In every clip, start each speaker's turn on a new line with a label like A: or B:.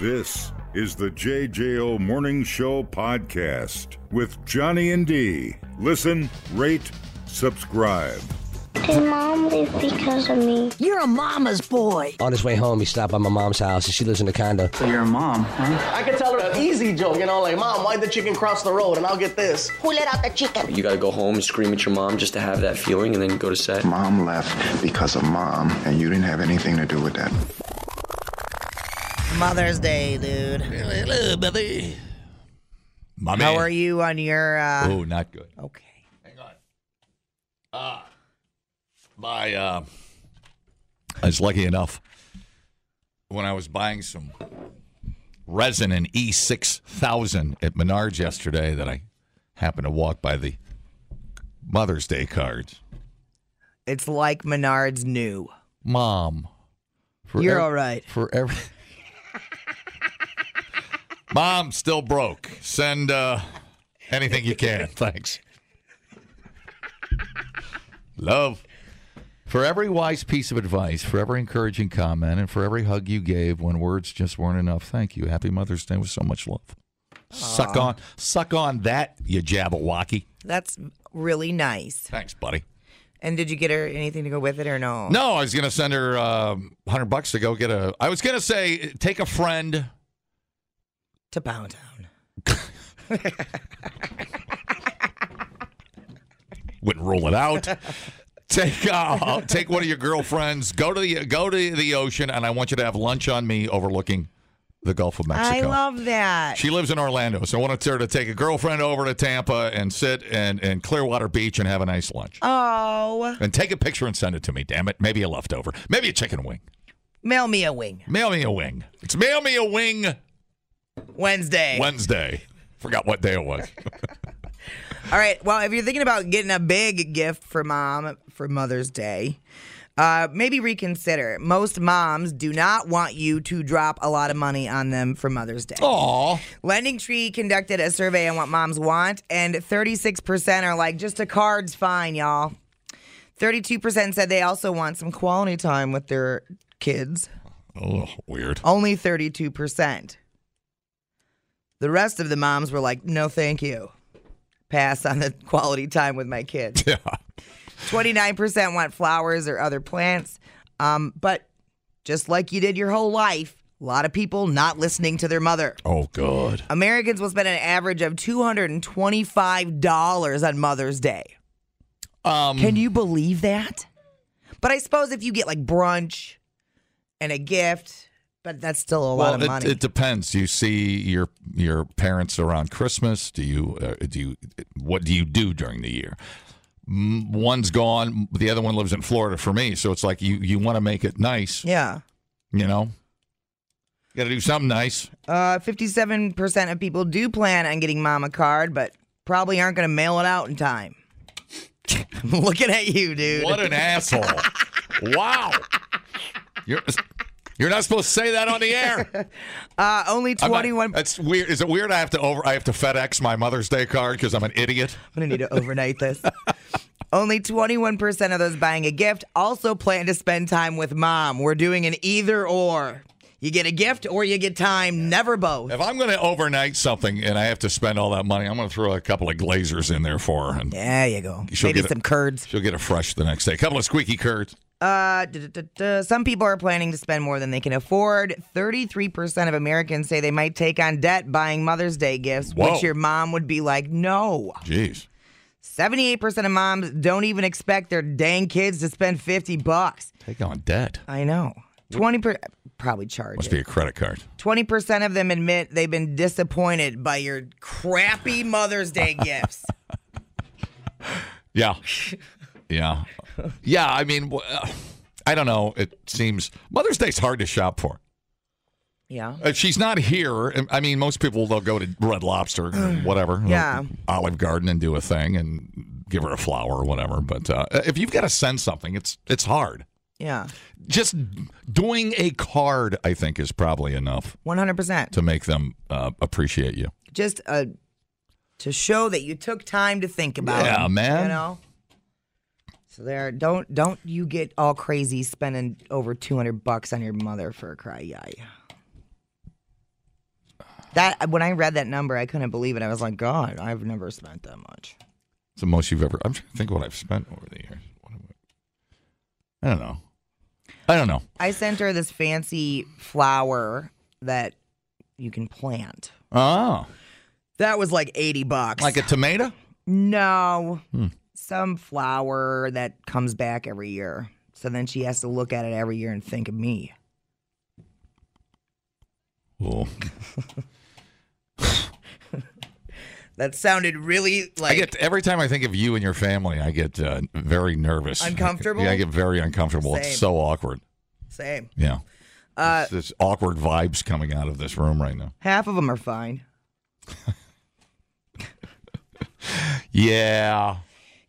A: This is the JJO Morning Show podcast with Johnny and D. Listen, rate, subscribe.
B: Did mom leave because of me?
C: You're a mama's boy.
D: On his way home, he stopped by my mom's house, and she lives in a condo.
E: So you're a mom, huh?
F: I could tell her an easy joke, you know, like, Mom, why'd the chicken cross the road? And I'll get this.
G: Who let out the chicken?
H: You gotta go home and scream at your mom just to have that feeling and then go to set.
I: Mom left because of mom, and you didn't have anything to do with that.
J: Mother's Day, dude.
K: Hello, mother.
J: Mommy. How are you on your. Uh...
K: Oh, not good.
J: Okay.
K: Hang on. Ah. Uh, my uh, I was lucky enough when I was buying some resin in E6000 at Menards yesterday that I happened to walk by the Mother's Day cards.
J: It's like Menards new.
K: Mom.
J: You're ev- all right.
K: For every Mom still broke. Send uh, anything you can. Thanks. Love. For every wise piece of advice, for every encouraging comment, and for every hug you gave when words just weren't enough, thank you. Happy Mother's Day with so much love. Aww. Suck on, suck on that, you Jabberwocky.
J: That's really nice.
K: Thanks, buddy.
J: And did you get her anything to go with it or no?
K: No, I was gonna send her uh, hundred bucks to go get a. I was gonna say take a friend
J: to Poundtown.
K: Wouldn't rule it out. take uh, take one of your girlfriends. Go to the go to the ocean, and I want you to have lunch on me overlooking the Gulf of Mexico.
J: I love that.
K: She lives in Orlando, so I wanted her to take a girlfriend over to Tampa and sit and and Clearwater Beach and have a nice lunch.
J: Oh,
K: and take a picture and send it to me. Damn it, maybe a leftover, maybe a chicken wing.
J: Mail me a wing.
K: Mail me a wing. It's mail me a wing.
J: Wednesday.
K: Wednesday. Forgot what day it was.
J: All right. Well, if you're thinking about getting a big gift for mom for Mother's Day, uh, maybe reconsider. Most moms do not want you to drop a lot of money on them for Mother's Day.
K: Aw.
J: Lending Tree conducted a survey on what moms want, and 36% are like, just a card's fine, y'all. 32% said they also want some quality time with their kids.
K: Oh, weird.
J: Only 32%. The rest of the moms were like, no, thank you pass on the quality time with my kids.
K: Yeah.
J: 29% want flowers or other plants. Um, but just like you did your whole life, a lot of people not listening to their mother.
K: Oh, God.
J: Americans will spend an average of $225 on Mother's Day.
K: Um,
J: Can you believe that? But I suppose if you get like brunch and a gift, but that's still a well, lot of
K: it,
J: money.
K: It depends. Do you see your your parents around Christmas? Do you uh, do you what do you do during the year? One's gone, the other one lives in Florida for me, so it's like you you want to make it nice.
J: Yeah.
K: You know. Got to do something nice.
J: Uh 57% of people do plan on getting mom a card, but probably aren't going to mail it out in time. Looking at you, dude.
K: What an asshole. wow. You're you're not supposed to say that on the air.
J: uh, only twenty one.
K: That's weird. Is it weird? I have to over. I have to FedEx my Mother's Day card because I'm an idiot.
J: I'm gonna need to overnight this. only twenty one percent of those buying a gift also plan to spend time with mom. We're doing an either or. You get a gift or you get time. Never both.
K: If I'm gonna overnight something and I have to spend all that money, I'm gonna throw a couple of glazers in there for her. And
J: there you go. Maybe some
K: a,
J: curds.
K: She'll get a fresh the next day. A couple of squeaky curds.
J: Uh, duh, duh, duh, some people are planning to spend more than they can afford. 33% of Americans say they might take on debt buying Mother's Day gifts,
K: Whoa.
J: which your mom would be like, no.
K: Jeez.
J: 78% of moms don't even expect their dang kids to spend 50 bucks.
K: Take on debt.
J: I know. 20 per- probably charge.
K: Must be a credit card.
J: 20% of them admit they've been disappointed by your crappy Mother's Day gifts.
K: Yeah. Yeah. Yeah, I mean, I don't know. It seems Mother's Day's hard to shop for.
J: Yeah.
K: If she's not here, I mean, most people, they'll go to Red Lobster or whatever,
J: yeah.
K: Olive Garden and do a thing and give her a flower or whatever. But uh, if you've got to send something, it's it's hard.
J: Yeah.
K: Just doing a card, I think, is probably enough.
J: 100%.
K: To make them uh, appreciate you.
J: Just uh, to show that you took time to think about it.
K: Yeah,
J: them,
K: man.
J: You know? So there, don't don't you get all crazy spending over two hundred bucks on your mother for a cry? Yeah, yeah. That when I read that number, I couldn't believe it. I was like, God, I've never spent that much.
K: It's the most you've ever. I'm trying to think what I've spent over the years. What am I I don't know. I don't know.
J: I sent her this fancy flower that you can plant.
K: Oh,
J: That was like eighty bucks.
K: like a Hmm. tomato?
J: no, some flower that comes back every year. So then she has to look at it every year and think of me.
K: Oh,
J: That sounded really like
K: I get every time I think of you and your family, I get uh, very nervous,
J: Uncomfortable?
K: Yeah, I get very uncomfortable.
J: Same.
K: It's so awkward.
J: same.
K: Yeah, uh, there's awkward vibes coming out of this room right now.
J: Half of them are fine.
K: Yeah,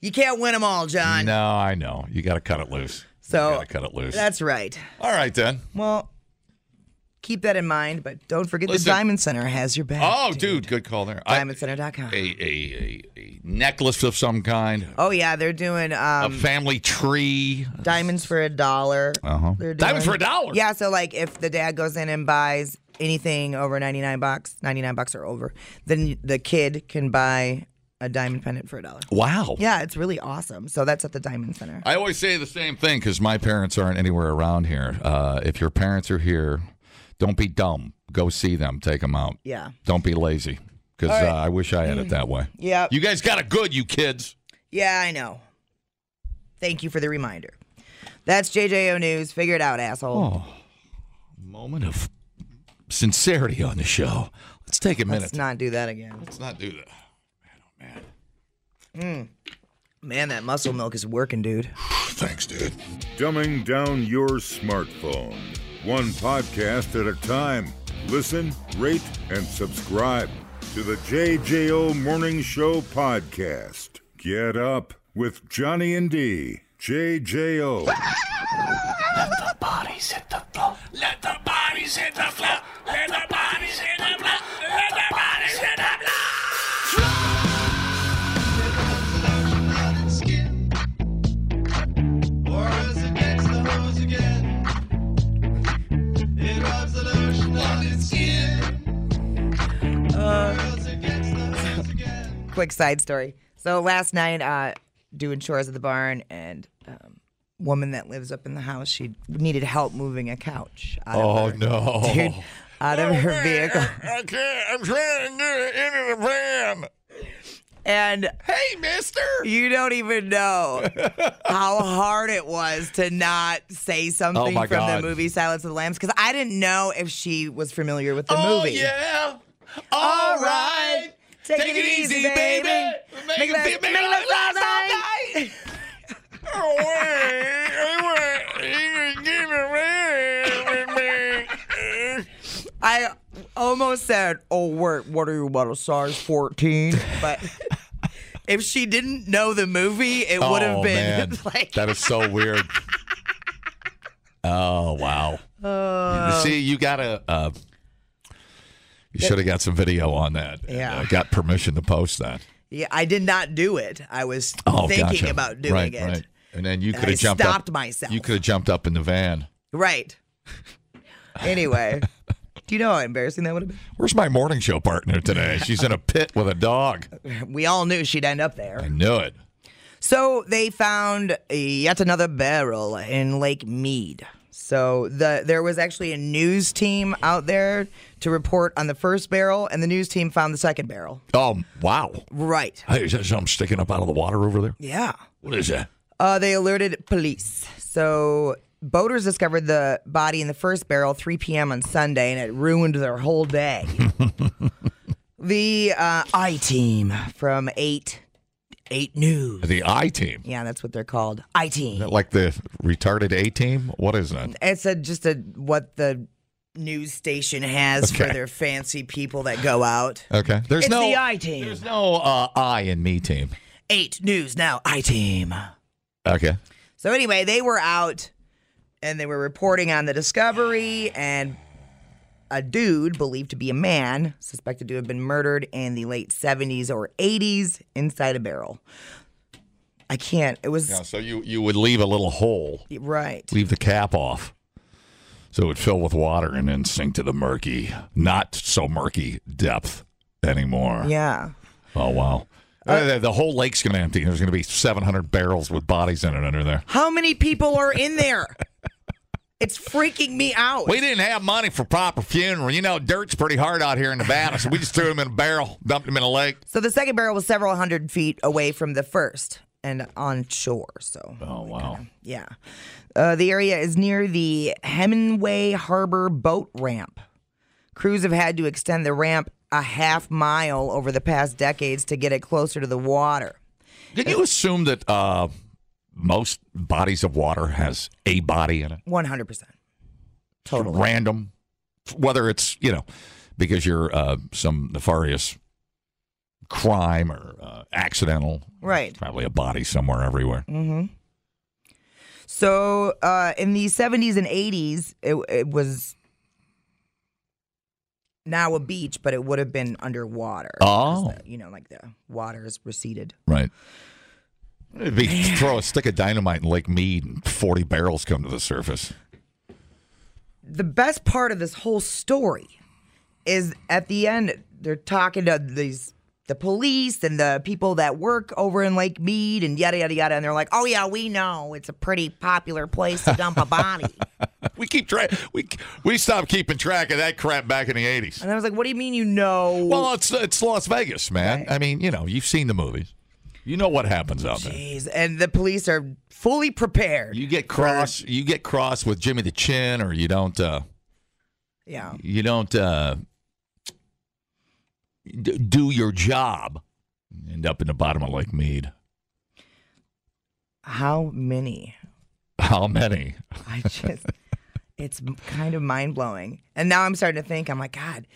J: You can't win them all, John.
K: no, I know. You got to cut it loose. you
J: So
K: got to cut it loose.
J: that's right.
K: All right then.
J: Well, keep that in mind, but don't forget the
K: Listen.
J: Diamond Center has your back.
K: Oh, dude, good call there. I-
J: DiamondCenter.com.
K: a, a, a, a necklace of some kind,
J: Oh yeah, they're doing
K: a
J: um,
K: family tree.
J: diamonds for a dollar.
K: Uh-huh.
J: They're
K: Diamonds
J: doing-
K: for a dollar?
J: Yeah, so like if the dad goes in and buys anything over ninety nine bucks, ninety nine bucks or over, then the kid can buy a diamond pendant for a dollar.
K: Wow.
J: Yeah, it's really awesome. So that's at the Diamond Center.
K: I always say the same thing because my parents aren't anywhere around here. Uh, if your parents are here, don't be dumb. Go see them. Take them out.
J: Yeah.
K: Don't be lazy because uh, I wish I had it that way.
J: Yep.
K: You guys got it good, you kids.
J: Yeah, I know. Thank you for the reminder. That's JJO News. Figure it out,
K: Oh,
J: asshole.
K: Moment of sincerity on the show. Let's take a minute.
J: Let's not do that again.
K: Let's not do that. Man, oh man.
J: Man, that muscle milk is working, dude.
K: Thanks, dude.
A: Dumbing down your smartphone. One podcast at a time. Listen, rate, and subscribe to the JJO Morning Show podcast. Get up with Johnny and D. JJO.
E: Let the bodies hit the floor. Let the bodies hit the floor. Let the bodies hit the floor.
J: quick side story. So last night, uh, doing chores at the barn, and um, woman that lives up in the house, she needed help moving a couch out
K: Oh
J: of her,
K: no.
J: dude, out of her vehicle.
K: I can't. I'm trying to do it into the van.
J: And
K: Hey, mister.
J: you don't even know how hard it was to not say something
K: Oh, my
J: from
K: God.
J: the movie Silence of the Lambs because I didn't know if she was familiar with the
K: oh,
J: movie.
K: yeah.
J: All right. Take, it, easy, baby.
K: Make, it
J: love-
K: feel- make it
J: make love
K: last
J: last
K: night.
J: night.
K: Oh, wait, wait, you can give it away with me.
J: I almost said, "Oh, wait, what are you about a size 14?" But if she didn't know the movie, it would have
K: Oh,
J: been
K: man.
J: like
K: that is so weird. Oh wow! you see, you gotta. Uh, you should have got some video on that. and,
J: Yeah.
K: uh, got permission to post that.
J: yeah, I did not do it. I was
K: Oh,
J: thinking
K: gotcha.
J: about doing
K: right,
J: it.
K: Right.
J: Right.
K: And then you
J: And
K: could
J: I
K: have jumped
J: stopped
K: up.
J: myself.
K: You could have jumped up in the van.
J: anyway, do you know how embarrassing that would have
K: Where's my morning show partner today? She's in a pit with a dog.
J: been? We all knew she'd end up there.
K: I knew it.
J: So they found yet another barrel in Lake Mead. So the there was actually a news team out there to report on the first barrel, and the news team found the second barrel.
K: Oh wow!
J: Right.
K: Hey, is that something sticking up out of the water over there?
J: Yeah.
K: What is that?
J: Uh, they alerted police. So boaters discovered the body in the first barrel 3 p.m. on Sunday, and it ruined their whole day. the uh, I team from eight eight news.
K: The I team.
J: Yeah, that's what they're called. I team.
K: Like the retarded A team? What is that?
J: It's a, just a what the news station has for
K: Okay.
J: their fancy people that go out.
K: Okay. There's
J: It's
K: no
J: the I team.
K: There's no uh, I in me team.
J: Eight news now. I team.
K: Okay.
J: So anyway, they were out and they were reporting on the discovery and a dude believed to be a man suspected to have been murdered in the late 70s or 80s inside a barrel. I can't. It was
K: Yeah, so you you would leave a little hole,
J: right.
K: leave the cap off. So it would fill with water and then sink to the murky, not so murky depth anymore.
J: Yeah.
K: Oh, wow. Uh, the- the whole lake's going to empty. and There's going to be 700 barrels with bodies in it under there.
J: How many people are in there? it's freaking me out.
K: We didn't have money for proper funeral. You know, dirt's pretty hard out here in Nevada, so we just threw them in a barrel, dumped them in a lake.
J: So the second barrel was several hundred feet away from the first and on shore. So
K: Oh, wow.
J: yeah, uh, the area is near the Hemingway Harbor boat ramp. Crews have had to extend the ramp a half mile over the past decades to get it closer to the water.
K: Did you assume that uh, most bodies of water has a body in it?
J: One hundred percent.
K: Totally. Random, whether it's you know because you're uh, some nefarious crime or uh, accidental.
J: Right.
K: Probably a body somewhere everywhere.
J: So uh, in the 70s and 80s, it, it was now a beach, but it would have been underwater. 'cause
K: Oh.
J: the- you know, like the water is receded.
K: Right. It'd be throw a stick of dynamite in Lake Mead and 40 barrels come to the surface.
J: The best part of this whole story is at the end, they're talking to these the police and the people that work over in Lake Mead and yada yada yada, and they're like, "Oh yeah, we know it's a pretty popular place to dump a body."
K: We keep track. We we stopped keeping track of that crap back in the 80s.
J: and I was like, "What do you mean you know?"
K: Well, uh, it's it's Las Vegas, man. I mean, you know, you've seen the movies. You know what happens out there.
J: Jeez, and the police are fully prepared.
K: You get cross. You get cross with Jimmy the Chin, or you don't. Uh,
J: Yeah.
K: you don't uh, d- do your job. You End up in the bottom of Lake Mead.
J: How many?
K: How many?
J: I just, it's m- kind of mind blowing. And now I'm starting to think, I'm like, God,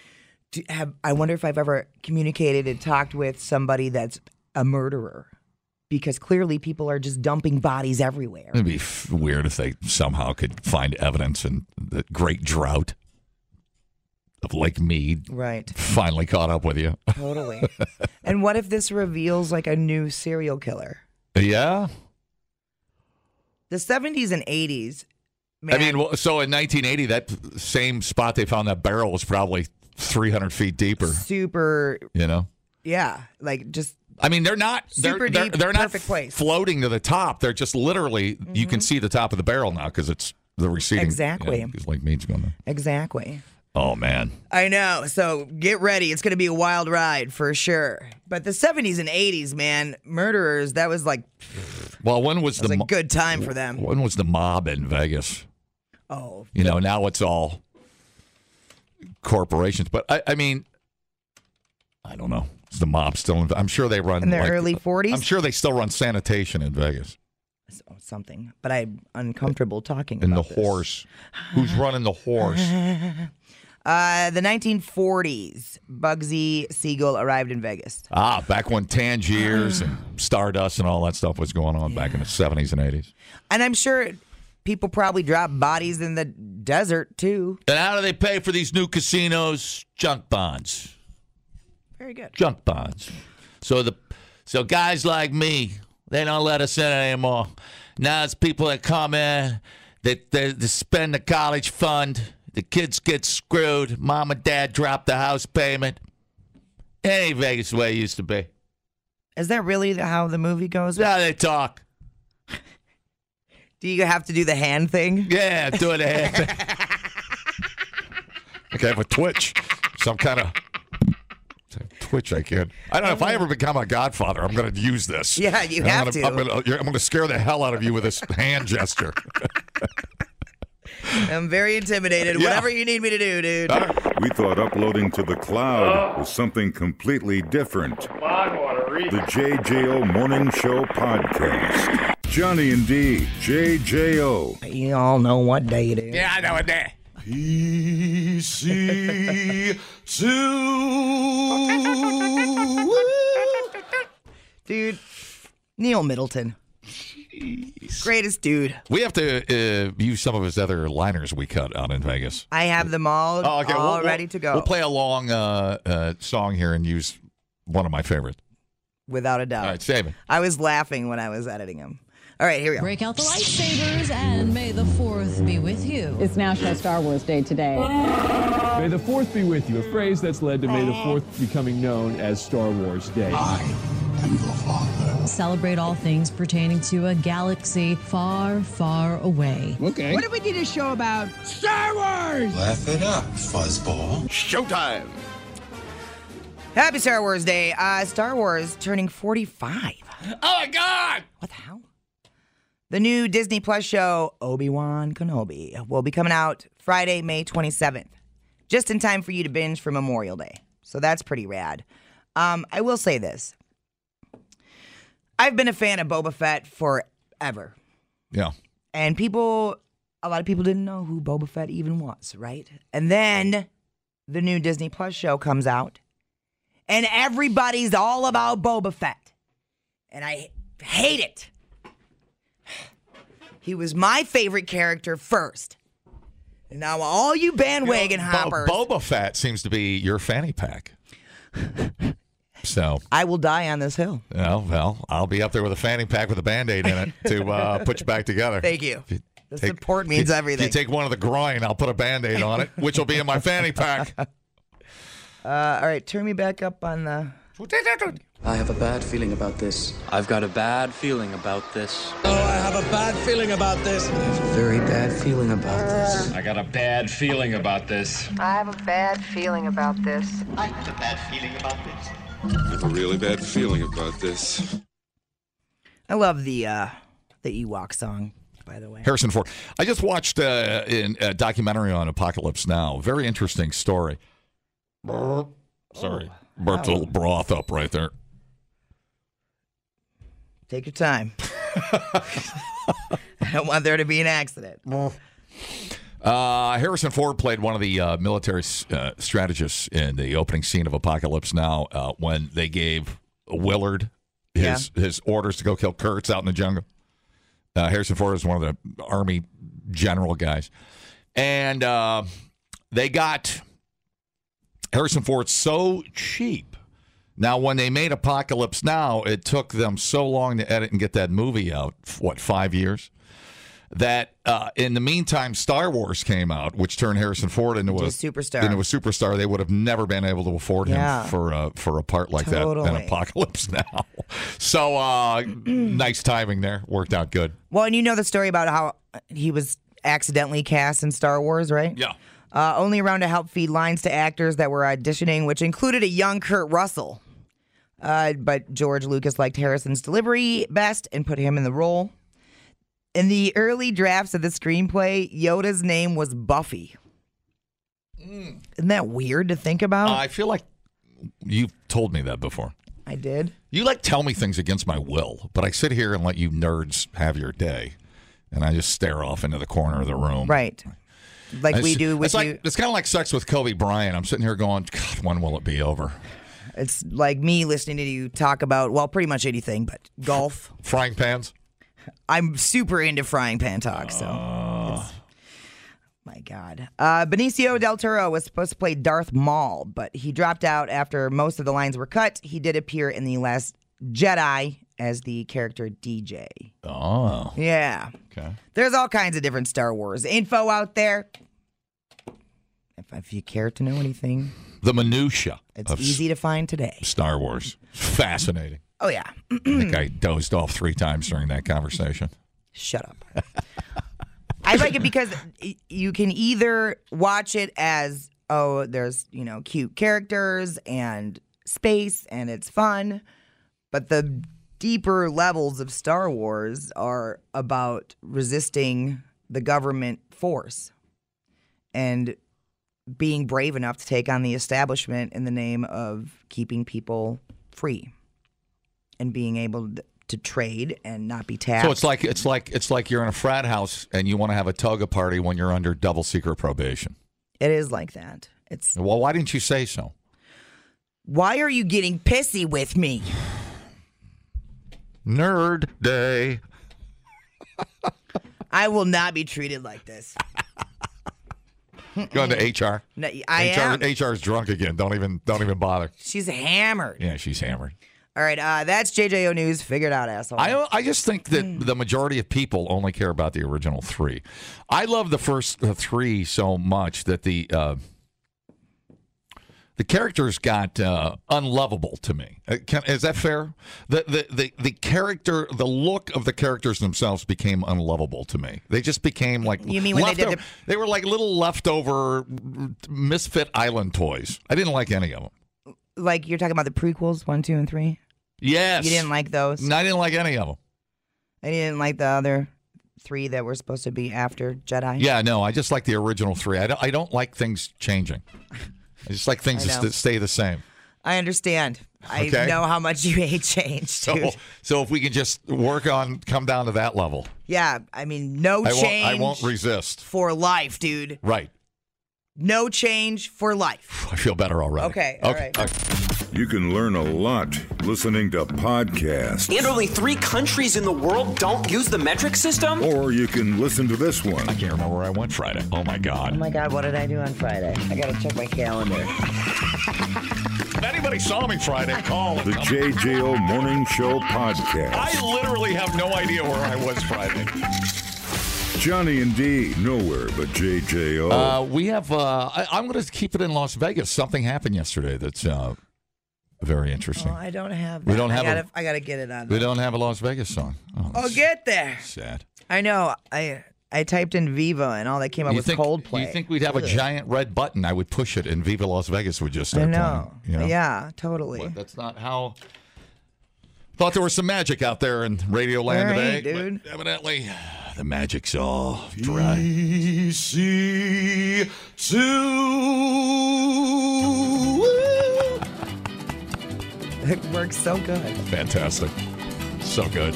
J: do, have, I wonder if I've ever communicated and talked with somebody that's a murderer because clearly people are just dumping bodies everywhere.
K: It'd be f- weird if they somehow could find evidence in the great drought of Lake Mead.
J: Right.
K: Finally caught up with you.
J: Totally. and what if this reveals like a new serial killer?
K: yeah.
J: The 70s and 80s. Man,
K: I mean, well, so in 1980, that same spot they found that barrel was probably 300 feet deeper.
J: super,
K: You know,
J: yeah, like just
K: I mean, they're not they're,
J: Super
K: they're,
J: deep,
K: they're not
J: perfect place. Mm-hmm.
K: floating to the top. They're just literally you can see the top of the barrel now because it's the receding.
J: Exactly.
K: Because Lake Mead's going there.
J: exactly.
K: Oh man,
J: I know. So get ready. It's going to be a wild ride for sure. But the 70s and 80s, man, murderers, that was like,
K: well, when was,
J: that was
K: the
J: a
K: mo-
J: good time for them.
K: when was the mob in Vegas?
J: Oh,
K: You know, now it's all corporations. But I, I mean, I don't know. Is the mob still? In, I'm sure they run
J: In the
K: like-
J: early 40s?
K: I'm sure they still run sanitation in Vegas.
J: so- oh, something. But I'm uncomfortable talking
K: And the
J: about this.
K: horse, who's running the horse?
J: Uh, the 1940s, Bugsy Siegel arrived in Vegas.
K: Ah, back when Tangiers and Stardust and all that stuff was going on back in the 70s and 80s.
J: And I'm sure people probably drop bodies in the desert too.
K: And how do they pay for these new casinos? Junk bonds.
J: Very good.
K: Junk bonds. So the so guys like me, they don't let us in anymore. Now it's people that come in, they, they, they spend the college fund. The kids get screwed. Mom and dad drop the house payment. Any Vegas way it used to be.
J: Is that really the- how the movie goes?
K: Now they talk.
J: Do you have to do the hand thing?
K: Yeah, do it eh? ahead. I can have a twitch, some kind of twitch. I can. I don't know if I ever become a godfather. I'm going to use this.
J: Yeah, you
K: And I'm
J: have
K: gonna- I'm
J: to.
K: gonna- you're- I'm going to scare the hell out of you with this hand gesture.
J: I'm very intimidated.
K: Yeah.
J: Whatever you need me to do, dude.
A: We thought uploading to the
E: Oh.
A: cloud was something completely different. The JJO Morning Show Podcast. Johnny and D, JJO.
J: You all know what day it is.
K: yeah, I know it. eh. PC two.
J: dude. Neil Middleton, greatest dude.
K: We have to uh, use some of his other liners we cut out in Vegas.
J: I have them all,
K: Oh, okay.
J: all
K: We'll- we'll-
J: ready to go,
K: We'll play a long uh, uh, song here and use one of my favorites.
J: without a doubt.
K: All right, save it.
J: I was laughing when I was editing them. All right, here we go.
G: Break out the lightsabers and may the 4th be with you.
L: It's National Star Wars Day today.
M: May the 4th be with you, a phrase that's led to May the 4th becoming known as Star Wars Day.
G: Celebrate all things pertaining to a galaxy far, far away.
M: Okay.
N: What do we need a show about? Star Wars!
O: Laugh it up, fuzzball.
K: Showtime!
J: Happy Star Wars Day. Uh, Star Wars turning 45.
K: Oh my God!
J: What the hell? The new Disney Plus show, Obi Wan Kenobi, will be coming out Friday, May 27th, just in time for you to binge for Memorial Day. So that's pretty rad. Um, I will say this I've been a fan of Boba Fett forever.
K: Yeah.
J: And people, a lot of people didn't know who Boba Fett even was, right? And then the new Disney Plus show comes out and everybody's all about Boba Fett. And I hate it. He was my favorite character first. And now all you bandwagon
K: Bo-
J: hoppers.
K: Boba Fett seems to be your fanny pack. So
J: I will die on this hill.
K: Oh well, I'll be up there with a fanny pack with a band-aid in it to uh, put you back together.
J: Thank you.
K: If
J: The support means
K: if-
J: everything.
K: If you take one of the groin, I'll put a band-aid on it, which will be in my fanny pack.
J: Uh, all right, turn me back up on the.
H: I have a bad feeling about this. I've got a bad feeling about this.
O: Oh, I have a bad feeling about this.
H: I have a very bad feeling about this.
P: I got a bad feeling about this.
Q: I have a bad feeling about this.
O: I have a bad feeling about this.
R: I have a really bad feeling about this.
J: I love the uh, the Ewok song, by the way.
K: Harrison Ford. I just watched uh, in a documentary on Apocalypse Now. Very interesting story. Burp. Sorry, burped a little broth up right there.
J: Take your time. I don't want there to be an accident.
K: Uh, Harrison Ford played one of the uh, military s- uh, strategists in the opening scene of Apocalypse Now uh, when they gave Willard his his orders to go kill Kurtz out in the jungle. Uh, Harrison Ford is one of the army general guys, and uh, they got Harrison Ford so cheap. Now, when they made Apocalypse Now, it took them so long to edit and get that movie out. What five years? that uh, in the meantime, Star Wars came out, which turned Harrison Ford into a,
J: Into a superstar.
K: Into a superstar, they would have never been able to afford
J: Yeah.
K: him for a, for a part like that
J: Totally.
K: in Apocalypse Now. So uh, nice timing there, worked out good.
J: Well, and you know the story about how he was accidentally cast in Star Wars, right?
K: Yeah.
J: Uh, only around to help feed lines to actors that were auditioning, which included a young Kurt Russell. Uh, but George Lucas liked Harrison's delivery best and put him in the role. In the early drafts of the screenplay, Yoda's name was Buffy. Isn't that weird to think about?
K: Hmm. I feel like you've told me that before.
J: I did.
K: You like tell me things against my will, but I sit here and let you nerds have your day, and I just stare off into the corner of the room.
J: Right. Like
K: It's-
J: we do with
K: it's
J: you.
K: like, It's kind of like sex with Kobe Bryant. I'm sitting here going, God, when will it be over?
J: It's like me listening to you talk about, well, pretty much anything, but golf.
K: Frying pans?
J: I'm super into frying pan talk, so. it's- my God. Uh, Benicio del Toro was supposed to play Darth Maul, but he dropped out after most of the lines were cut. He did appear in The Last Jedi as the character DJ.
K: Oh.
J: Yeah.
K: Okay.
J: There's all kinds of different Star Wars info out there. If, if you care to know anything,
K: The minutia
J: it's
K: of
J: easy to find today.
K: Star Wars. Fascinating.
J: Oh, yeah.
K: I think I dozed off three times during that conversation.
J: Shut up. I like it because y- you can either watch it as oh, there's you know cute characters and space and it's fun, but the deeper levels of Star Wars are about resisting the government force and being brave enough to take on the establishment in the name of keeping people free and being able to, to trade and not be taxed.
K: So it's like it's like it's like you're in a frat house and you want to have a toga party when you're under double secret probation.
J: It is like that. It's
K: Well, why didn't you say so?
J: why are you getting pissy with me?
K: Nerd day.
J: I will not be treated like this.
K: Going to HR.
J: No, I
K: HR
J: am.
K: HR's drunk again. Don't even don't even bother.
J: She's hammered.
K: Yeah, she's hammered.
J: All right, uh, that's JJO News. Figured out, asshole.
K: I I just think
J: Hmm.
K: that the majority of people only care about the original three. I love the first uh, three so much that the uh, the characters got uh, unlovable to me. Uh, can, is that fair? The, the the the character, the look of the characters themselves became unlovable to me. They just became like
J: You mean when they did
K: leftover- they were like little leftover misfit island toys. I didn't like any of them.
J: Like you're talking about the prequels, one, two, and three.
K: Yes,
J: You didn't like those.
K: No, I didn't like any of them.
J: And you didn't like the other three that were supposed to be after Jedi.
K: Yeah, no, I just like the original three. I don't, I don't like things changing. I just like things
J: I
K: to
J: know.
K: st- stay the same.
J: I understand. I
K: Okay.
J: know how much you hate change,
K: So,
J: dude.
K: so if we can just work on, come down to that level,
J: yeah, I mean, no
K: I,
J: change
K: won't, I won't resist.
J: for life, dude.
K: Right.
J: No change for life.
K: I feel better already.
J: Okay, all right.
A: You can learn a lot listening to podcasts,
S: And only three countries in the world don't use the metric system?
A: or you can listen to this one. I
K: can't remember where I went Friday. Oh my
A: god.
S: my
J: God, what did I do on Friday? I gotta check my calendar.
K: If anybody saw me Friday, call.
A: The JJO Morning Show podcast.
K: I literally have no idea where I was Friday.
A: Johnny and D, nowhere but JJO.
K: Uh, we have. Uh, I, I'm going to keep it in Las Vegas. Something happened yesterday that's uh, very interesting.
J: Oh, I don't have.
K: We
J: that.
K: don't have
J: I
K: a-
J: gotta, I gotta get it on.
K: we don't have a Las Vegas song. Oh,
J: I'll get there.
K: sad.
J: I know. I I typed in Viva and all that came up
K: you
J: was
K: think,
J: Coldplay.
K: You think we'd have a
J: Ugh.
K: giant red button? I would push it, and Viva Las Vegas would just
J: I
K: start
J: know.
K: playing. you know?
J: Yeah, totally.
K: But that's not how. Thought there was some magic out there in Radio Land
E: All
K: today.
E: right,
K: dude. evidently, the magic's all dry.
E: DC two.
J: It works so good.
K: Fantastic. So good.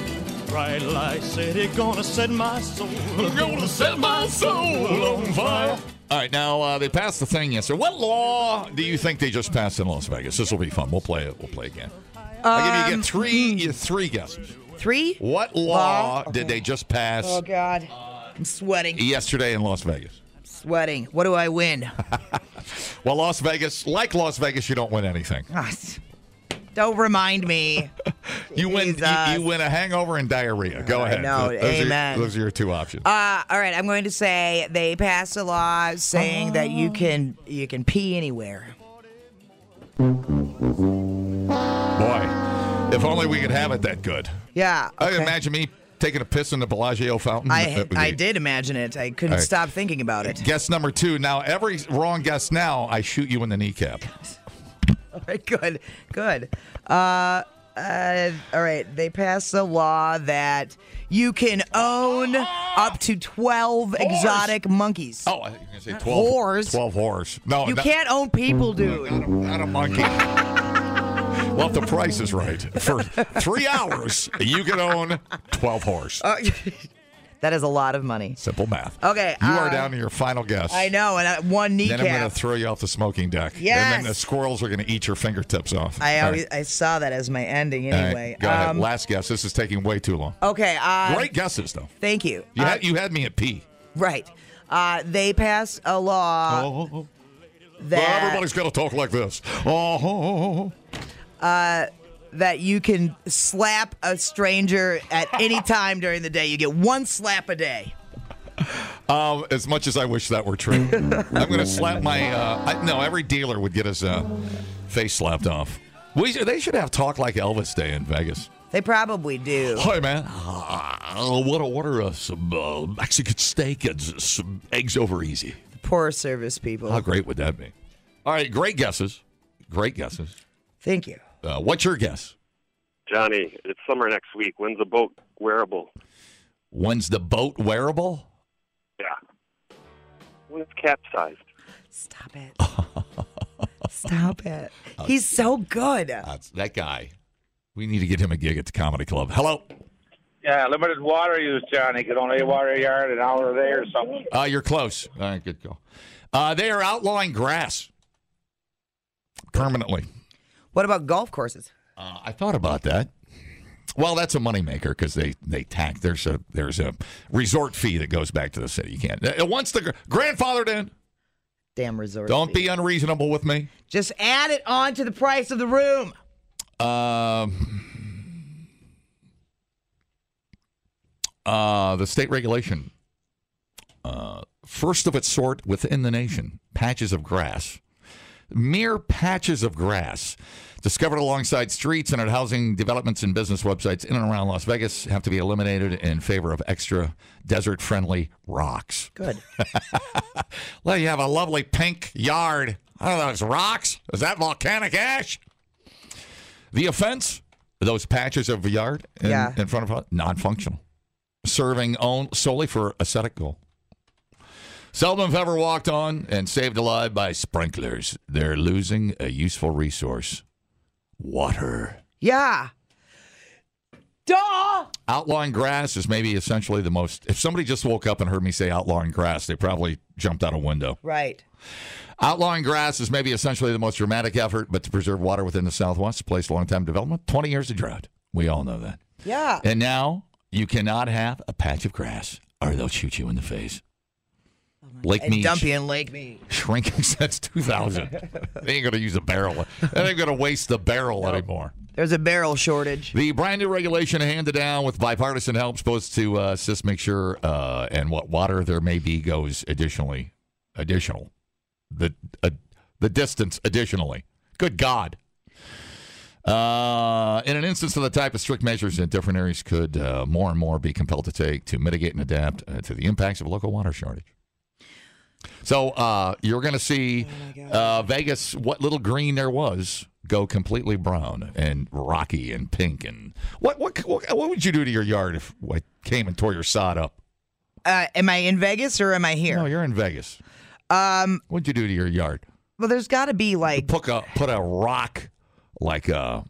E: Bright light city gonna set my soul. Gonna set my soul on fire.
K: All right, now uh, they passed the thing yesterday. What law do you think they just passed in Las Vegas? This will be fun. We'll play it. We'll play again. I'll give you, you get
J: Um,
K: three, you three guesses.
J: Three?
K: What law did they just pass
J: Oh God, I'm
K: E-
J: sweating.
K: yesterday in Las Vegas?
J: Sweating. What do I win?
K: Well, Las Vegas, like Las Vegas, you don't win anything.
J: Gosh. Ah, Don't remind me.
K: You win. You, you win a hangover and diarrhea. Go
J: I
K: ahead.
J: know.
K: Those Are,
J: Amen.
K: your- those are your two options.
J: Uh, all right, I'm going to say they passed a law saying that you can you can pee anywhere.
K: Boy, if only we could have it that good.
J: Yeah.
K: I can imagine me taking a piss in the Bellagio fountain. That
J: I
K: would be-
J: I did imagine it. I couldn't
K: All right.
J: stop thinking about it.
K: Guess number two. Now, every wrong guess now, I shoot you in the kneecap.
J: All right, good, good. Uh, uh, all right, they passed a law that you can own up to 12 exotic monkeys.
K: Oh, I think you're gonna say twelve.
J: Whores.
K: Twelve whores. No,
J: you
K: not-
J: can't own
K: Oh
J: people, dude.
K: Not a monkey. Well, if the price is right, for three hours, you can own twelve whores.
J: Uh, that is a lot of money.
K: Simple math.
J: Okay,
K: You
J: uh,
K: are down to your final guess.
J: I know, and I, one
K: Then I'm going to
J: kneecap.
K: throw you off the smoking deck. And
J: Yes.
K: then the squirrels are going to eat your fingertips off.
J: I
K: All
J: always
K: right.
J: I saw that as my ending
K: All right,
J: anyway. Um,
K: Go ahead. Last guess. This is taking way too long.
J: okay. Uh,
K: Great guesses, though.
J: Thank you. Uh,
K: You, had, you had me at P.
J: Right. Uh, they passed a law
K: oh,
J: that
K: everybody's got to talk like this. Oh,
J: uh, that you can slap a stranger at any time during the day. You get one slap a day.
K: Um, as much as I wish that were true, I'm going to slap my. Uh, I, no, every dealer would get his uh, face slapped off. We should, they should have talk like Elvis Day in Vegas.
J: They probably do.
K: Hi, man. I want to order uh, some uh, Mexican steak and s- some eggs over easy.
J: Poor service people.
K: How great would that be? All right, great guesses. Great guesses.
J: Thank you.
K: Uh, what's your guess?
T: Johnny, it's summer next week. When's the boat wearable?
K: When's the boat wearable?
T: Yeah. When it's capsized.
J: Stop it. Stop it. He's so good.
K: That's that guy. We need to get him a gig at the comedy club. Hello.
U: Yeah, limited water use, Johnny. Could only water a yard an hour a day or something.
K: Uh, you're close. All right, good call. Uh, they are outlawing grass permanently.
J: What about golf courses?
K: Uh, I thought about that. Well, that's a moneymaker because they they tax. There's a there's a resort fee that goes back to the city. You can't uh, once the gr- grandfathered in.
J: Damn resort.
K: Don't be unreasonable with me.
J: Just add it on to the price of the room.
K: Um, uh, the state regulation, uh, first of its sort within the nation, patches of grass. Mere patches of grass discovered alongside streets and at housing developments and business websites in and around Las Vegas have to be eliminated in favor of extra desert friendly rocks.
J: Good.
K: Well, you have a lovely pink yard. I don't know, it's rocks? Is that volcanic ash? The offense? Those patches of yard in,
J: Yeah.
K: in front of non functional, serving on, solely for aesthetic goal. Seldom if ever walked on and saved alive by sprinklers. They're losing a useful resource water.
J: Yeah. Duh.
K: Outlawing grass is maybe essentially the most. If somebody just woke up and heard me say outlawing grass, they probably jumped out a window.
J: Right.
K: Outlawing grass is maybe essentially the most dramatic effort, but to preserve water within the Southwest, a place long time development, 20 years of drought. We all know that.
J: Yeah.
K: And now you cannot have a patch of grass or they'll shoot you in the face. Lake
J: Oh And
K: Mead
J: dump you in Lake Mead.
K: shrinking since 2000. they ain't going to use a barrel. They ain't going to waste the barrel anymore.
J: There's a barrel shortage.
K: The brand new regulation handed down with bipartisan help supposed to uh, assist make sure uh, and what water there may be goes additionally, additional, the uh, the distance additionally. Good God. Uh, in an instance of the type of strict measures that different areas could uh, more and more be compelled to take to mitigate and adapt uh, to the impacts of local water shortage. So uh, you're going to see uh, Vegas, what little green there was, go completely brown and rocky and pink. And what what what, what would you do to your yard if I came and tore your sod up?
J: Uh, am I in Vegas or am I here?
K: No, you're in Vegas.
J: Um.
K: What'd you do to your yard?
J: Well, there's got to be like
K: Put a put a rock like a,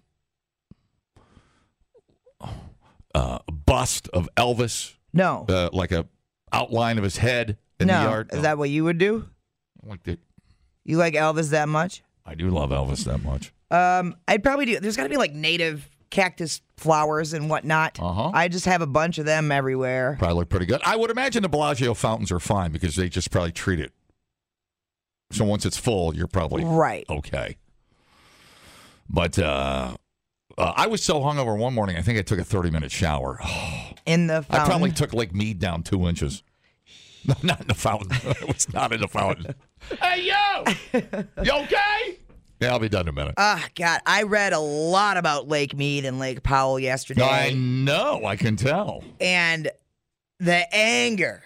K: a bust of Elvis.
J: No,
K: uh, like a outline of his head in
J: no.
K: the yard.
J: Is that what you would do?
K: Like the-
J: You like Elvis that much?
K: I do love Elvis that much.
J: Um, I'd probably do. There's got to be like native cactus flowers and whatnot.
K: Uh-huh.
J: I just have a bunch of them everywhere.
K: Probably look pretty good. I would imagine the Bellagio fountains are fine because they just probably treat it. So once it's full, you're probably
J: Right.
K: Okay. But uh, uh, I was so hungover one morning, I think I took a 30 minute shower.
J: In the fountain.
K: I probably took Lake Mead down two inches. No, not in the fountain. it was not in the fountain. Hey yo, you okay? Yeah, I'll be done in a minute.
J: Ah, God, I read a lot about Lake Mead and Lake Powell yesterday,
K: I know. I can tell.
J: and the anger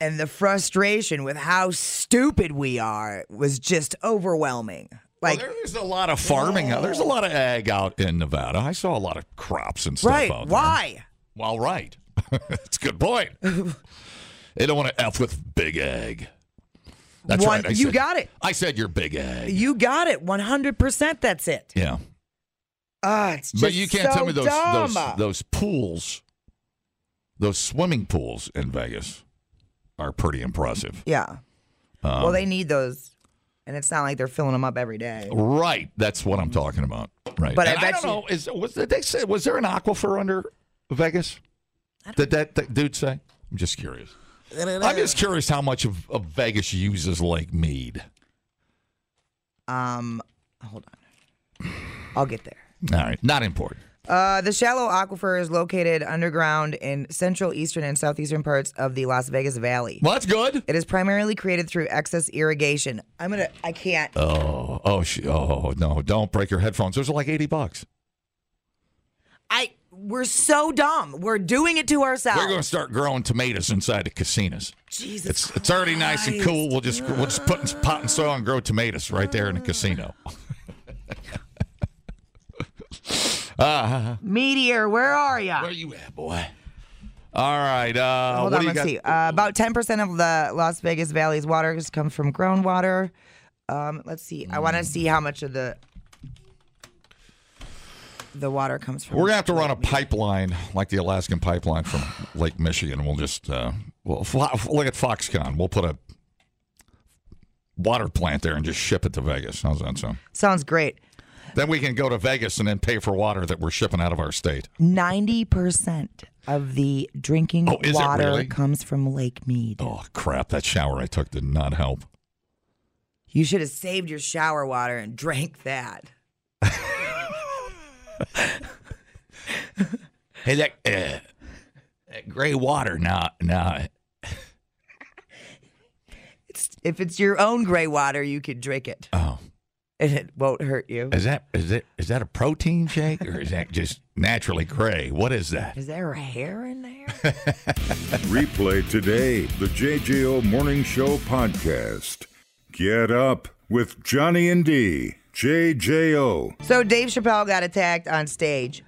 J: and the frustration with how stupid we are was just overwhelming. Like,
K: There's a lot of farming. out- There's a lot of ag out in Nevada. I saw a lot of crops and stuff
J: right?
K: out there.
J: Why?
K: Well, right. That's a good point. they don't want to F with big egg. That's
J: One-
K: right. I
J: you
K: said-
J: got it.
K: I said you're big egg.
J: You got it, 100%. That's it.
K: Yeah.
J: Ah, it's just
K: But you can't
J: so
K: tell me those,
J: dumb.
K: those those pools, those swimming pools in Vegas are pretty impressive.
J: Yeah.
K: Um,
J: well, they need those, and it's not like they're filling them up every day.
K: Right. That's what I'm talking about. Right.
J: But I
K: And
J: bet
K: don't
J: you-
K: know. Is was did they say was there an aquifer under Vegas? Did that, that dude say? I'm just curious. I'm just curious how much of, of Vegas uses Lake Mead.
J: Um, hold on, I'll get there.
K: All right, not important.
J: Uh, the shallow aquifer is located underground in central, eastern, and southeastern parts of the Las Vegas Valley.
K: Well, that's good.
J: It is primarily created through excess irrigation. I'm gonna. I can't.
K: Oh, oh, sh- oh no! Don't break your headphones. Those are like eighty bucks.
J: I. We're so dumb. We're doing it to ourselves.
K: We're going to start growing tomatoes inside the casinos.
J: Jesus
K: It's it's already nice and cool. We'll just we'll just put in pot and soil and grow tomatoes right there in the casino. uh,
J: Meteor, where are ya?
K: Where you at, boy? all right. Uh,
J: Hold
K: what
J: on,
K: do you
J: let's
K: got?
J: see. Uh, about 10% of the Las Vegas Valley's water comes from groundwater. Um, let's see. I want to see how much of the the water comes from.
K: We're gonna have to run a pipeline like the Alaskan pipeline from Lake Michigan. We'll just uh, we'll fly, look at Foxconn. We'll put a water plant there and just ship it to Vegas. How's that sound?
J: Sounds great.
K: Then we can go to Vegas and then pay for water that we're shipping out of our state.
J: 90% of the drinking
K: Oh, is it
J: water
K: really?
J: comes from Lake Mead.
K: Oh crap! That shower I took did not help.
J: You should have saved your shower water and drank that.
K: hey, that, uh, that gray water. Now, now,
J: If it's your own gray water, you can drink it.
K: Oh.
J: And it won't hurt you.
K: is that is it is that a protein shake or is that just naturally gray? What is that?
J: Is there a hair in there?
A: Replay today the JJO Morning Show podcast. Get up with Johnny and D. JJO.
J: So Dave Chappelle got attacked on stage.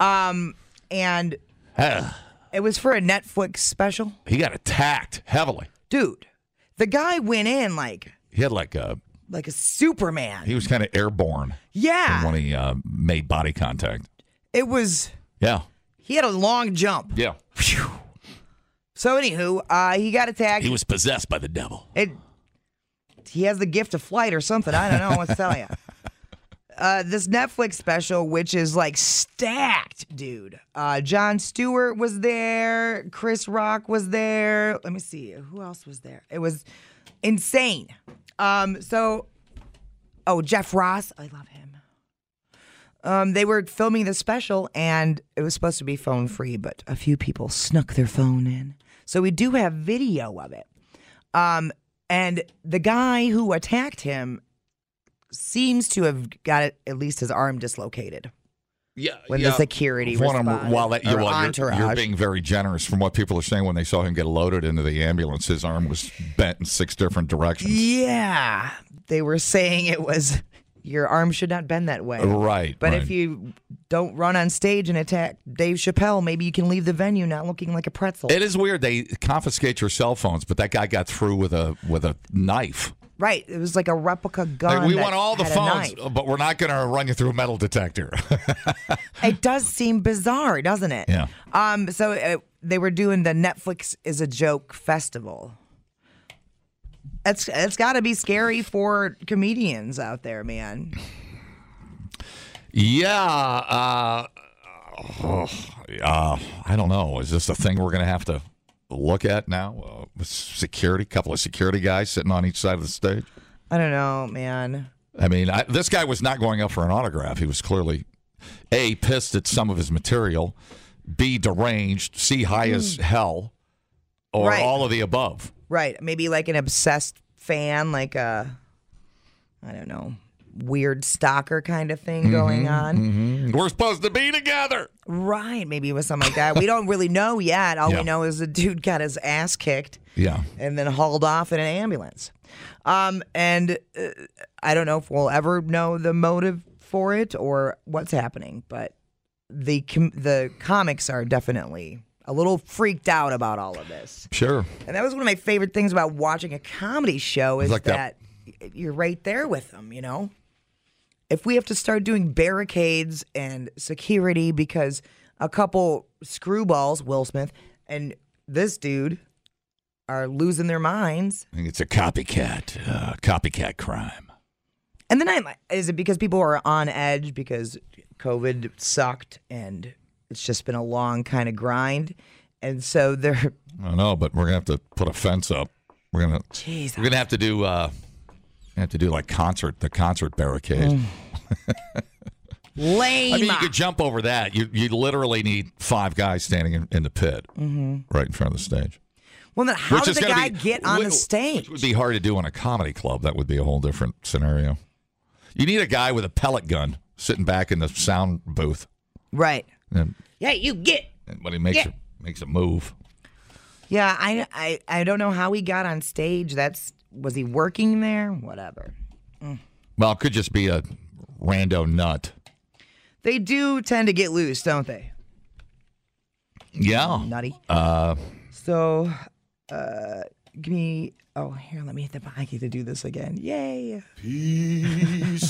J: Um, and it was for a Netflix special.
K: Uh, He got attacked heavily.
J: Dude, the guy went in like
K: He had like a
J: like a Superman.
K: he was kind of airborne
J: Yeah.
K: when he uh, made body contact.
J: It was
K: Yeah,
J: he had a long jump.
K: yeah.
J: So anywho, uh he got attacked.
K: He was possessed by the devil.
J: It, he has the gift of flight or something. I don't know what to tell you. Uh, this Netflix special, which is like stacked, dude. Uh, John Stewart was there. Chris Rock was there. Let me see. Who else was there? It was insane. Um, so, oh, Jeff Ross. I love him. Um, they were filming the special and it was supposed to be phone free, but a few people snuck their phone in. So we do have video of it. Um, and the guy who attacked him seems to have got at least his arm dislocated.
K: Yeah,
J: When the security
K: One of them-
J: responded,
K: while that, you're,
J: or
K: well, you're, you're
J: entourage.
K: being very generous from what people are saying when they saw him get loaded into the ambulance, his arm was bent in six different directions.
J: Yeah, they were saying it was your arm should not bend that way.
K: Right,
J: But
K: right.
J: if you don't run on stage and attack Dave Chappelle, maybe you can leave the venue not looking like a pretzel.
K: It is weird they confiscate your cell phones, but that guy got through with a with a knife.
J: Right. It was like a replica gun.
K: Like, we
J: that
K: want all the
J: had a
K: phones,
J: knife.
K: but we're not going to run you through a metal detector.
J: It does seem bizarre, doesn't it?
K: Yeah.
J: Um. So uh, they were doing the Netflix is a joke festival. It's it's got to be scary for comedians out there, man.
K: yeah. Uh, oh, uh, I don't know. Is this a thing we're going to have to look at now? Uh, security, couple of security guys sitting on each side of the stage.
J: I don't know, man.
K: I mean, I, this guy was not going up for an autograph. He was clearly a pissed at some of his material, b deranged, c high as hell, or
J: Right.
K: all of the above.
J: Right. Maybe like an obsessed fan, like a I don't know, weird stalker kind of thing going
K: Mm-hmm,
J: on.
K: We're supposed to be together.
J: Right. Maybe it was something like that. We don't really know yet. All
K: Yeah.
J: we know is the dude got his ass kicked.
K: Yeah.
J: and then hauled off in an ambulance. Um, and uh, I don't know if we'll ever know the motive for it or what's happening, but the com- the comics are definitely a little freaked out about all of this.
K: Sure.
J: And that was one of my favorite things about watching a comedy show is
K: like that-
J: that, you're right there with them, you know? If we have to start doing barricades and security because a couple screwballs, Will Smith and this dude, are losing their minds.
K: I think it's a copycat, uh, copycat crime.
J: And then I'm like, is it because people are on edge because COVID sucked and it's just been a long kind of grind? And so they're
K: I don't know, but we're gonna have to put a fence up. We're gonna we're gonna have to do uh, have to do like concert the concert barricade.
J: Mm. lame.
K: I mean, you could jump over that. You you literally need five guys standing in, in the pit
J: Mhm.
K: right in front of the stage.
J: Well, then how
K: Which
J: did
K: is
J: the
K: gonna
J: guy
K: be-
J: get on
K: whi-
J: the stage?
K: It would be hard to do in a comedy club. That would be a whole different scenario. You need a guy with a pellet gun sitting back in the sound booth,
J: Right.
K: and,
J: Yeah, you get.
K: and when he makes
J: Yeah.
K: a, makes a move.
J: Yeah, I, I, I don't know how he got on stage. That's was he working there? Whatever.
K: Well, it could just be a rando nut.
J: They do tend to get loose, don't they?
K: Yeah.
J: Nutty.
K: Uh,
J: So, uh, give me. Oh, here, let me hit the. I get to do this again. Yay.
E: PC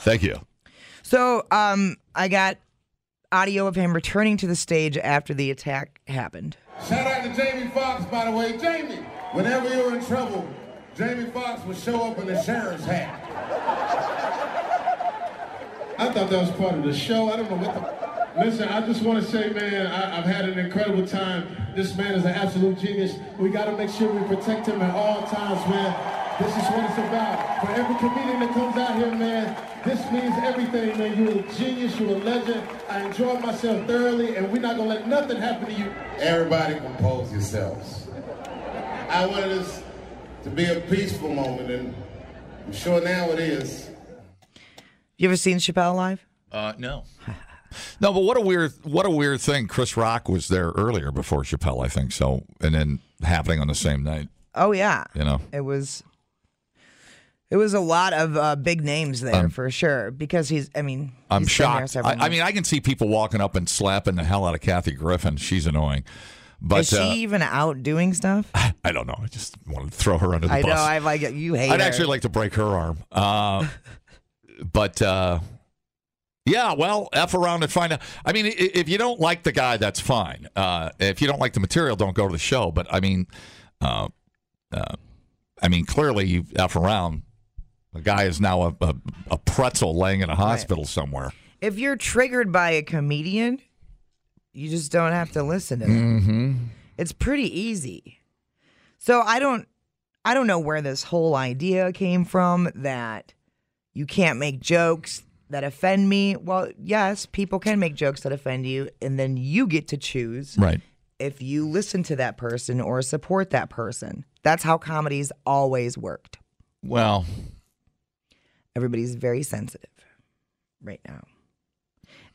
K: thank you.
J: So um, I got audio of him returning to the stage after the attack happened.
B: Shout out to Jamie Foxx, by the way. Jamie, whenever you're in trouble, Jamie Foxx will show up in a sheriff's hat. I thought that was part of the show. I don't know what the. Listen, I just want to say, man, I, I've had an incredible time. This man is an absolute genius. We got to make sure we protect him at all times, man. This is what it's about. For every comedian that comes out here, man, this means everything, man. You're a genius, you're a legend. I enjoyed myself thoroughly, and we're not gonna let nothing happen to you. Everybody compose yourselves. I wanted this to be a peaceful moment, and I'm sure now it is.
J: You ever seen Chappelle live?
K: Uh, no. No, but what a weird, what a weird thing. Chris Rock was there earlier before Chappelle, I think. So, and then happening on the same night.
J: Oh yeah.
K: You know.
J: It was it was a lot of uh, big names there
K: I'm-
J: for sure because he's I mean
K: Um, I'm
J: he's been there
K: shocked.
J: several
K: I, I mean, I can see people walking up and slapping the hell out of Kathy Griffin. She's annoying, but
J: Is she
K: uh,
J: even out doing stuff?
K: I don't know. I just wanted to throw her under the
J: I
K: bus.
J: know. I like it. You hate
K: I'd
J: her.
K: actually like to break her arm. Uh, but uh, yeah, well, f around and find out. I mean, i- if you don't like the guy, that's fine. Uh, if you don't like the material, don't go to the show. But I mean, uh, uh, I mean, clearly you f around. The guy is now a, a, a pretzel laying in a hospital somewhere.
J: if you're triggered by a comedian, you just don't have to listen to them.
K: Mm-hmm.
J: It's pretty easy. So I don't I don't know where this whole idea came from that you can't make jokes that offend me. Well, yes, people can make jokes that offend you and then you get to choose
K: Right.
J: if you listen to that person or support that person. That's how comedy's always worked.
K: Well,
J: Everybody's very sensitive right now.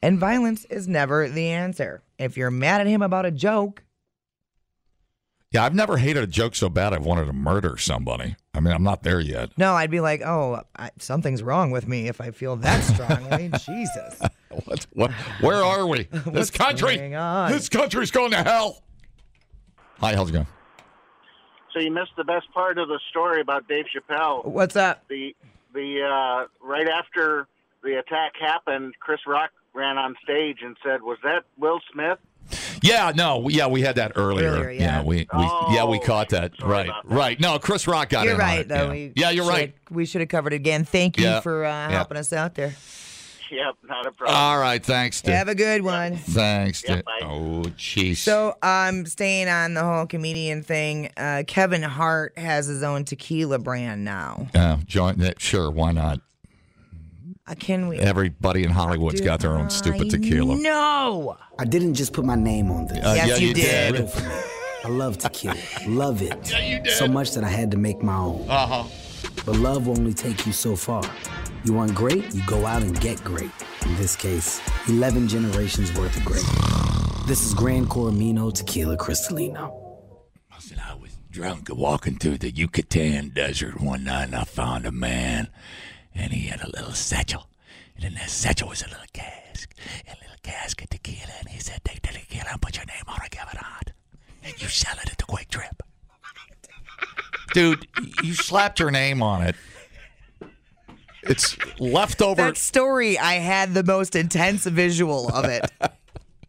J: And violence is never the answer. If you're mad at him about a joke,
K: yeah, I've never hated a joke so bad I've wanted to murder somebody. I mean, I'm not there yet.
J: no, I'd be like, oh, I, something's wrong with me if I feel that strongly. Jesus.
K: What, what, where are we? This
J: What's
K: country.
J: going on?
K: This country's going to hell. Hi, how's it going?
C: So you missed the best part of the story about Dave Chappelle.
J: What's up?
C: The the uh, right after the attack happened, Chris Rock ran on stage and said, "Was that Will Smith?"
K: Yeah, no, we- yeah, we had that earlier.
C: Earlier,
K: yeah. we, we yeah,
C: Oh,
K: we caught that. Right, right. No, Chris Rock got
J: you're
K: in on
J: right,
K: it,
J: though.
K: yeah.
J: We
K: Yeah, you're
J: should-
K: right.
J: We should have covered it again. Thank you
K: Yeah,
J: for uh,
K: yeah.
J: helping us out there.
C: Yep, not a problem.
K: All right, thanks, dude.
J: Have a good one.
K: thanks,
J: Yeah,
K: dude. oh, jeez.
J: So, um, staying on the whole comedian thing, uh, Kevin Hart has his own tequila brand now.
K: uh, join that. Sure, why not?
J: Uh, can we?
K: Everybody in Hollywood's
J: Do
K: got their own stupid tequila.
J: No.
V: I didn't just put my name on this.
K: Uh, Yes, yeah, you you did. did.
V: I love tequila. Love it. So much that I had to make my own.
K: Uh huh.
V: But love will only take you so far. You want great, you go out and get great. In this case, 11 generations worth of great. This is Grand Coromino Tequila Cristalino.
E: drunk walking through the Yucatan desert one night and I found a man and he had a little satchel. And in that satchel was a little cask. A little cask of tequila. And he said, Take the tequila and put your name on it, give it out. And you sell it at the Quick Trip.
K: Dude, you slapped your name on it. It's leftover.
J: That story, I had the most intense visual of it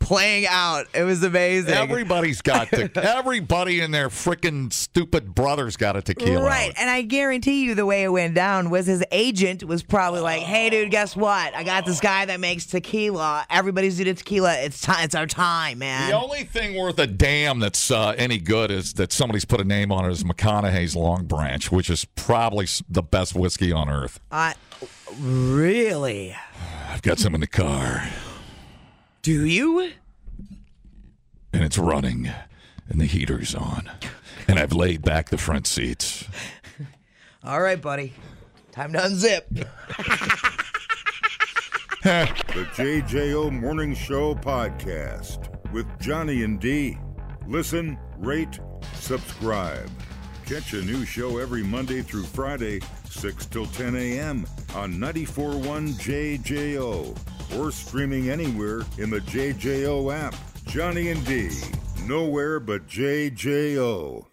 J: playing out. It was amazing.
K: Everybody's got te- everybody in their freaking stupid brother's got a tequila.
J: Right, and I guarantee you the way it went down was his agent was probably like, "Hey, dude, guess what? I got this guy that makes tequila. Everybody's doing tequila. It's time. It's our time, man."
K: The only thing worth a damn that's uh, any good is that somebody's put a name on it is McConaughey's Long Branch, which is probably s- the best whiskey on earth.
J: I really.
K: I've got some in the car,
J: Do you?
K: and it's running, and the heater's on, and I've laid back the front seats.
J: All right, buddy. Time to unzip.
A: The JJO Morning Show podcast with Johnny and D. Listen, rate, subscribe. Catch a new show every Monday through Friday, 6 till 10 a.m. on 941 JJO or streaming anywhere in the JJO app. Johnny and D. Nowhere but JJO.